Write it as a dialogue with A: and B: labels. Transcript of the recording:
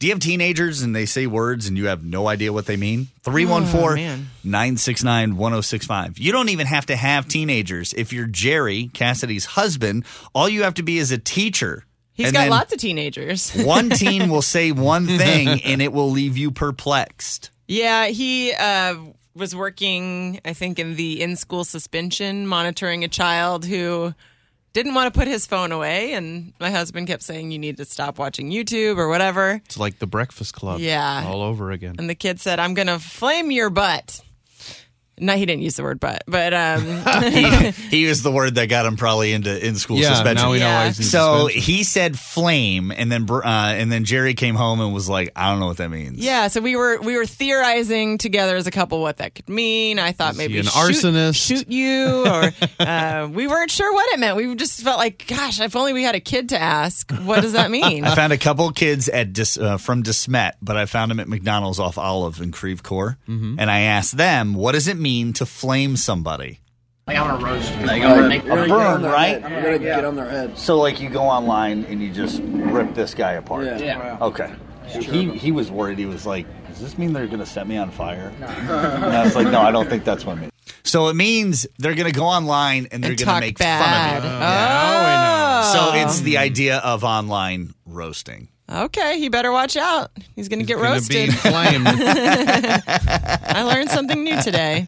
A: Do you have teenagers and they say words and you have no idea what they mean?
B: Oh, man.
A: 314 969 1065. You don't even have to have teenagers. If you're Jerry, Cassidy's husband, all you have to be is a teacher.
C: He's
A: And
C: got
A: then
C: lots of teenagers.
A: one teen will say one thing and it will leave you perplexed.
C: Yeah, he uh, was working, I think, in the in school suspension, monitoring a child who didn't want to put his phone away. And my husband kept saying, You need to stop watching YouTube or whatever.
B: It's like the Breakfast Club.
C: Yeah.
B: All over again.
C: And the kid said, I'm going to flame your butt. No, he didn't use the word butt, but um,
A: He, he was the word that got him probably into in school
B: yeah,
A: suspension.
B: now we know
C: Yeah.
B: why he's in
A: so
B: suspension.
A: he said flame and then Br- uh, and then Jerry came home and was like, I don't know what that means.
C: yeah. So we were we were theorizing together as a couple what that could mean. I thought
B: Is
C: maybe
B: he an
C: shoot,
B: arsonist?
C: shoot you, or uh, we weren't sure what it meant. We just felt like, gosh, if only we had a kid to ask, what does that mean?
A: I found a couple kids at Dis, uh, from Desmet, but I found them at McDonald's off Olive in Creve Coeur,
C: Mm-hmm.
A: and I asked them, "What does it mean to flame somebody?"
D: Like I'm gonna roast you. Like
A: burn, right?
E: I'm gonna get on their heads.
A: So, like, you go online and you just rip this guy apart.
E: Yeah.
D: Yeah.
A: Okay. He he was worried. He was like, "Does this mean they're gonna set me on fire?" and I was like, "No, I don't think that's what it means." So it means they're gonna go online and they're
C: and
A: gonna
C: talk
A: make
C: bad.
A: fun of you.
C: Oh,
A: So it's the idea of online roasting.
C: Oh, okay. He better watch out. He's going to get
B: Gonna
C: roasted.
B: Be inflamed.
C: I learned something new today.